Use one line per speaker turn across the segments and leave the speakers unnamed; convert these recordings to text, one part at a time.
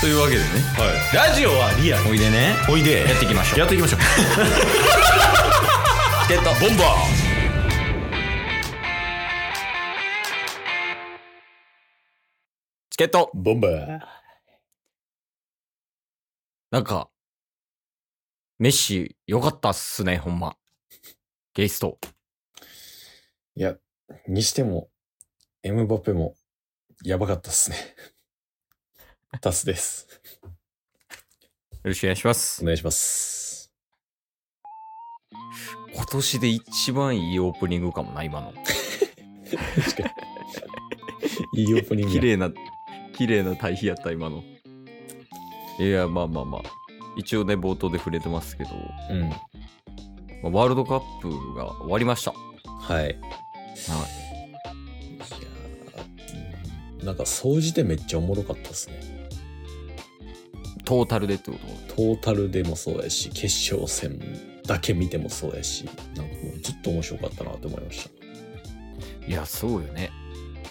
というわけでね
ラジオはリアル
おいでね
おいで
やっていきましょう
やっていきましょう
チケットボンバーチケット
ボンバー
なんかメッシよかったっすねほんまゲイスト
いや、にしても、エムバペも、やばかった っすね。タスです。
よろしくお願いします
お願いします。
今年で一番いいオープニングかもな今の
確かに。いいオープニング
綺
や。
麗な綺麗な対比やった今のいやまあまあまあ一応ね冒頭で触れてますけど、
うん。
まあワールドカップが終わりました
はい。はい。いやーなんか、総じてめっちゃおもろかったっすね。
トータルでってこと
トータルでもそうやし、決勝戦だけ見てもそうやし、なんかもうずっと面白かったなと思いました。
いやそうよね、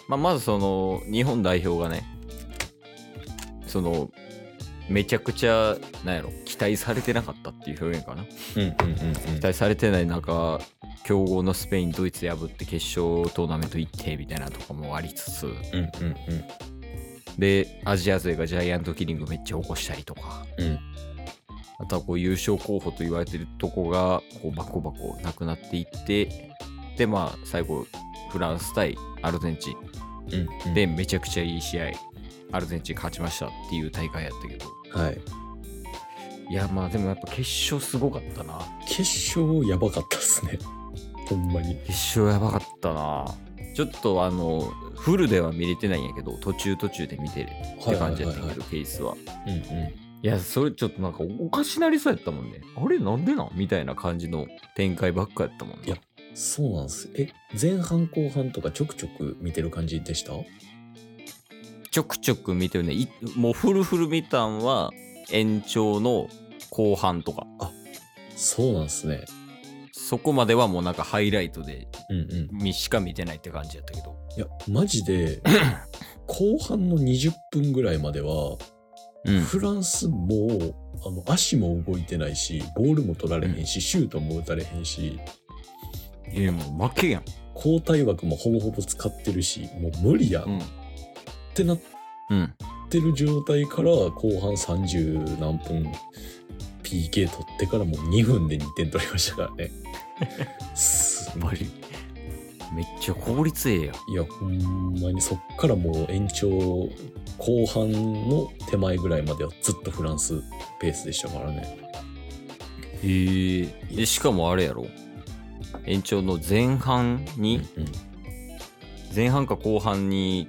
まあ、まずその日本代表がねそのめちゃくちゃなんやろ期待されてなかったっていう表現かな期
うんうんうん
待されてない中強豪のスペインドイツ破って決勝トーナメント行ってみたいなとかもありつつ
うん。うんうんうん。
でアジア勢がジャイアントキリングめっちゃ起こしたりとか、
うん
あとはこう優勝候補と言われてるとこがこうバコバコなくなっていってでまあ最後フランス対アルゼンチン
うんうん。
で、めちゃくちゃいい試合アルゼンチン勝ちましたっていう大会やったけど
はい。
いやまあでもやっぱ決勝すごかったな
決勝やばかったっすね。ほんまに。
決勝やばかったなちょっとあのフルでは見れてないんやけど途中途中で見てるって感じやったけどケースは
うんうん。
いやそれちょっとなんかおかしなりそうやったもんねあれなんでなんみたいな感じの展開ばっかやったもん
いや
ね
そうなんです。え、前半後半とかちょくちょく見てる感じでした
ちょくちょく見てるねいもうフルフル見たんは延長の後半とか
そうなんですね。
そこまではもうなんかハイライトで
うんうん。
みしか見てないって感じやったけど
いや、マジ で、後半の20分ぐらいまでは、
うん
フランスもう、あの、足も動いてないし、ボールも取られへんし、シュートも打たれへんし、
いやもう負けやん
交代枠もほぼほぼ使ってるし、もう無理やん
うん
ってなっ
うん
ってる状態から後半30何分 PK 取ってからもう2分で2点取りましたから ね。す
やっぱりめっちゃ効率ええやん
いやほんまにそっからもう延長後半の手前ぐらいまではずっとフランスペースでしたからね。
へえでしかもあれやろ延長の前半に、
うんうん
前半か後半に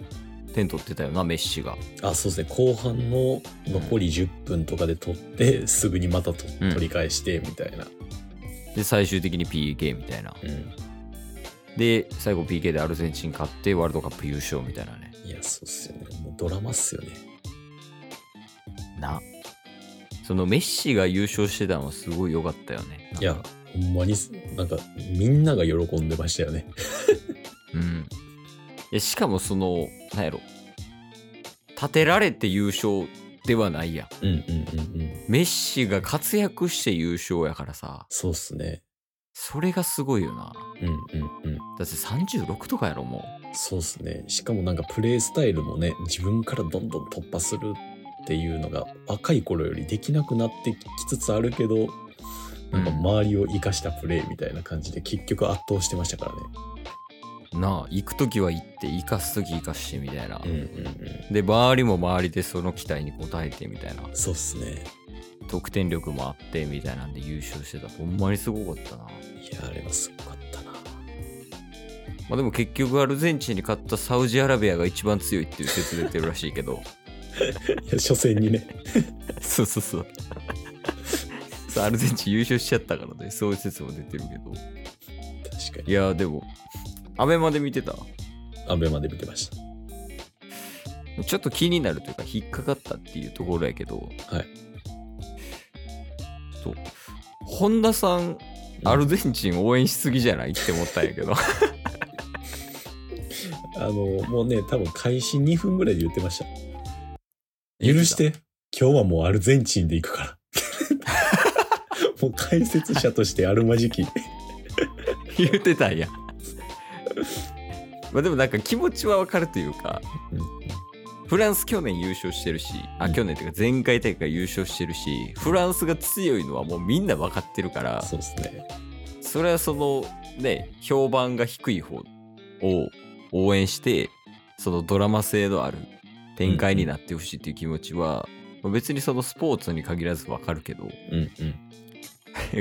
点取ってたよなメッシが
あそうですね後半の残り10分とかで取ってすぐにまた取
うん
取り返してみたいな。
で最終的に PK みたいな
うん
で最後 PK でアルゼンチン勝ってワールドカップ優勝みたいなね
いやそうっすよね。もうドラマっすよね。
なそのメッシが優勝してたのはすごい良かったよね
いやほんまになんかみんなが喜んでましたよね。
うんいやしかもそのなんやろ立てられて優勝ではないやん
うんうんうんうん。
メッシが活躍して優勝やからさ
そうっすね。
それがすごいよな
うんうんうん。
だって36とかやろも
そうっすね。しかもなんかプレイスタイルもね、自分からどんどん突破するっていうのが若い頃よりできなくなってきつつあるけど、なんか周りを生かしたプレイみたいな感じで結局圧倒してましたからね。
うなあ行く時は行って生かす時生かしてみたいな、
うんうんうん。
で周りも周りでその期待に応えてみたいな
そうっすね。
得点力もあってみたいなんで優勝してたほんまにすごかったな、ま
いや、あれはすごかったな。
あ、でも結局アルゼンチンに勝ったサウジアラビアが一番強いっていう説出てるらしいけど
いや、初戦にね。
そうそうそうそうアルゼンチン優勝しちゃったからねそういう説も出てるけど
確か
いやーでもアベまで見てた
に。アベまで見てました。
ちょっと気になるというか、引っかかったっていうところやけど、
はい。
ちょっと、本田さん、アルゼンチン応援しすぎじゃないって思ったんやけど。
あの、もうね、多分開始2分ぐらいで言ってました。許して。今日はもうアルゼンチンで行くから。 もう解説者としてあるまじき。
言ってたんや。まあでもなんか気持ちはわかるというか、フランス去年優勝してるし、あ、
うん
去年っていうか前回大会優勝してるし、フランスが強いのはもうみんな分かってるから、
そうですね。
それはそのね、評判が低い方を応援して、そのドラマ性のある展開になってほしいっていう気持ちは、まあ別にそのスポーツに限らず分かるけど、
うんうん。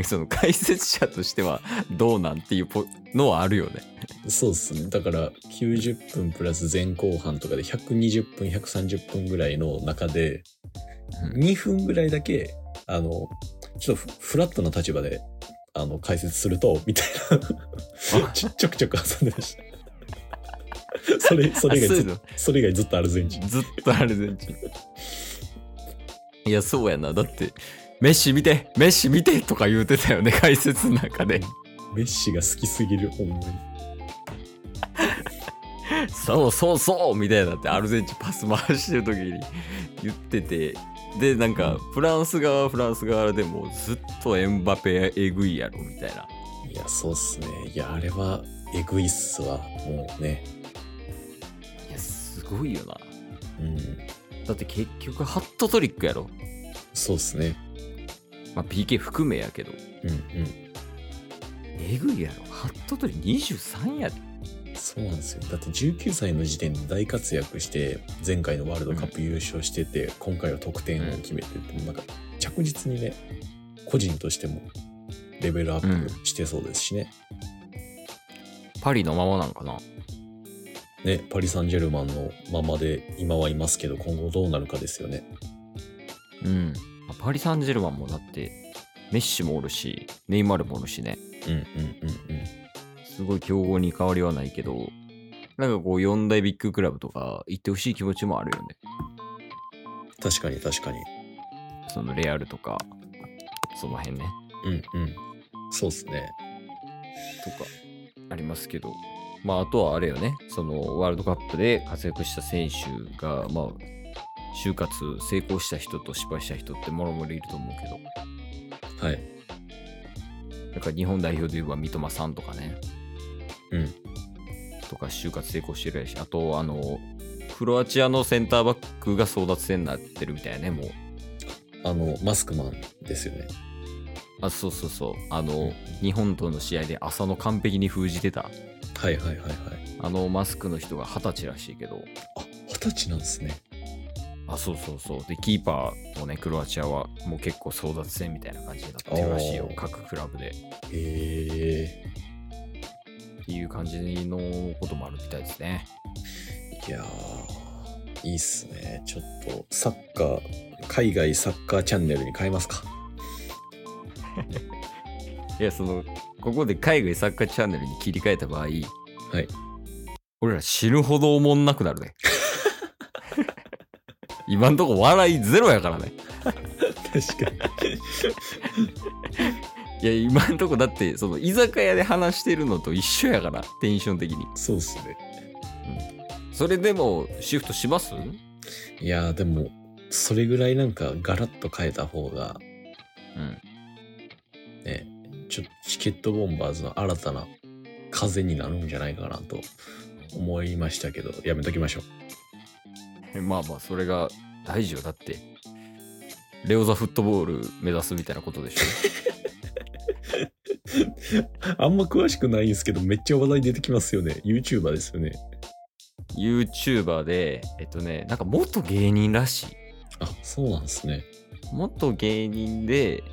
その解説者としてはどうなんっていうポのはあるよね。
そうですね。だから90分プラス前後半とかで120分、130分ぐらいの中で、
うん
2分ぐらいだけ、あの、ちょっとフフラットな立場で、あの、解説すると、みたい な、ちちょくちょく挟んでました。それ、それ以
あそうい
外ず
う
っ
の
それ以外ずっとアルゼンチン。
ずっとアルゼンチン。いや、そうやな。だって、メッシ見てメッシ見てとか言うてたよね、 解説の中で。
メッシが好きすぎる、ほんまに。
そうそうそうみたいなって、アルゼンチンパス回してる時に言ってて。で、なんか、フランス側はフランス側でもずっとエンバペえぐいやろ、みたいな。
いや、そうっすね。いや、あれは、エグいっすわ。もうね。
いや、すごいよな。
うん。
だって結局、ハットトリックやろ。
そうっすね。
まあ、PK 含めやけど。
うんうん。
えぐいやろ。ハットトリ23やで。
そうなんですよ。だって19歳の時点で大活躍して、前回のワールドカップ優勝してて、今回は得点を決めてて、なんか、着実にね、個人としても、レベルアップしてそうですしね。
パリのままなんかな。
ね、パリ・サンジェルマンのままで、今はいますけど、今後どうなるかですよね。
うん。まあパリ・サンジェルマンもだって、メッシもおるし、ネイマールもおるしね、
うんうんうんうん。
すごい強豪に変わりはないけど、なんかこう、四大ビッグクラブとか行ってほしい気持ちもあるよね。
確かに確かに。
そのレアルとか、その辺ね、
うんうん。そうっすね。
とか、ありますけど。まあ、あとはあれよね、そのワールドカップで活躍した選手が、まあ、就活成功した人と失敗した人ってもろもろいると思うけど、
はい。
なんか日本代表で言えば三笘さんとかね。
うん。
とか、就活成功してるやし、あと、あの、クロアチアのセンターバックが争奪戦になってるみたいやね、もう。
あの、マスクマンですよね。
あ、そうそうそう。あの、日本との試合で浅野完璧に封じてた。
はいはいはいはい。
あのマスクの人が二十歳らしいけど。
あ、二十歳なんですね。
あ、そうそうそう。で、キーパーもね、クロアチアはもう結構争奪戦みたいな感じになってるらしいよ
お、ー
各クラブで。っ
へ
ていう感じのこともあるみたいですね。
え。いやー、いいっすね。ちょっと、サッカー、海外サッカーチャンネルに変えますか。
いや、その、ここで海外サッカーチャンネルに切り替えた場合、はい。俺ら死ぬほどおもんなくなるね。 今んとこ笑いゼロやからね。
確かに。
いや、今んとこだって、その、居酒屋で話してるのと一緒やから、テンション的に。
そうっすね。
それでも、シフトしますう
いやー、でも、それぐらいなんかガラッと変えた方が、
ん。
ね、ちょっとチケットボンバーズの新たな風になるんじゃないかなと思いましたけど、やめときましょう。
まあまあ、それが大事よ。だって、レオザフットボール目指すみたいなことでしょ。
あんま詳しくないんですけど、めっちゃ話題出てきますよね。YouTuber ですよね。
YouTuber で、えっとね、なんか元芸人らしい。
あ、そうなんですね。
元芸人で、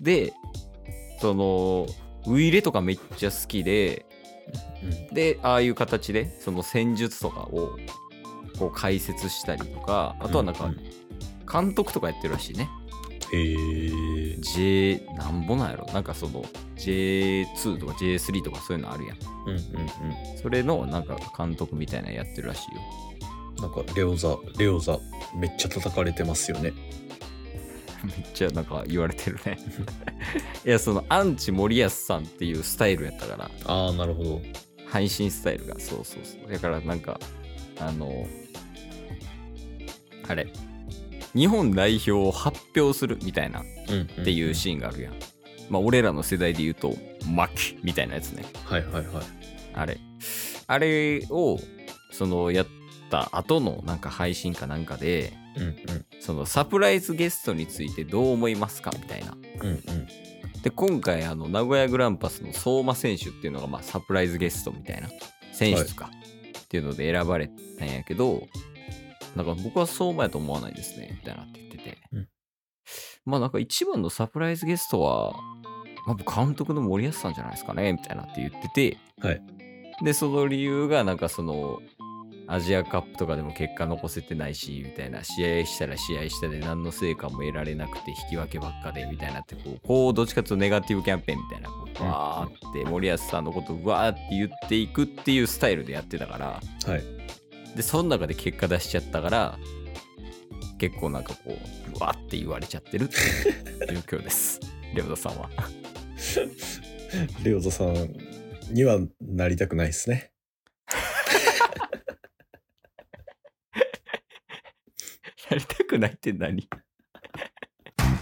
で、その、ウイイレとかめっちゃ好きで、で、ああいう形で、その戦術とかを、こう解説したりとか、あとはなん
う
か
う、
監督とかやってるらしいね。
へえ。
J、なんぼなんやろなんかその、J2 とか J3 とかそういうのあるやん。
うんうんうん。
それの、なんか監督みたいなのやってるらしいよ。
なんかレオザ、レオザ、めっちゃ叩かれてますよね。
めっちゃなんか言われてるね。いや、その、アンチ森保さんっていうスタイルやったから、
ああ、なるほど。
配信スタイルがそうそうそうだからなんかあのあれ日本代表を発表するみたいなっ
うんって
いうシーンがあるやん。まあ、俺らの世代で言うと、マキみたいなやつね。
はいはいはい
あれ。あれを、その、やった後のなんか配信かなんかで、
うん
そのサプライズゲストについてどう思いますかみたいな。
うんうんうん
で、今回、あの、名古屋グランパスの相馬選手っていうのが、まあ、サプライズゲストみたいな選手か、っていうので選ばれたんやけど、なんか僕は相馬やと思わないですね、みたいなって言ってて。
うん
まあ、なんか一番のサプライズゲストは、まあ、監督の森保さんじゃないですかね、みたいなって言ってて、
はい
で、その理由が、なんかその、アジアカップとかでも結果残せてないし、みたいな、試合したら試合したで何の成果も得られなくて引き分けばっかで、みたいなってこう、こう、どっちかというとネガティブキャンペーンみたいな、こう、
うん
わーって、森保さんのことをわーって言っていくっていうスタイルでやってたから、
はい
で、その中で結果出しちゃったから、結構なんかこう、うわーって言われちゃってるっていう状況です。 レオダさんは。
レオザさんにはなりたくないですね
やりたくないって何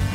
す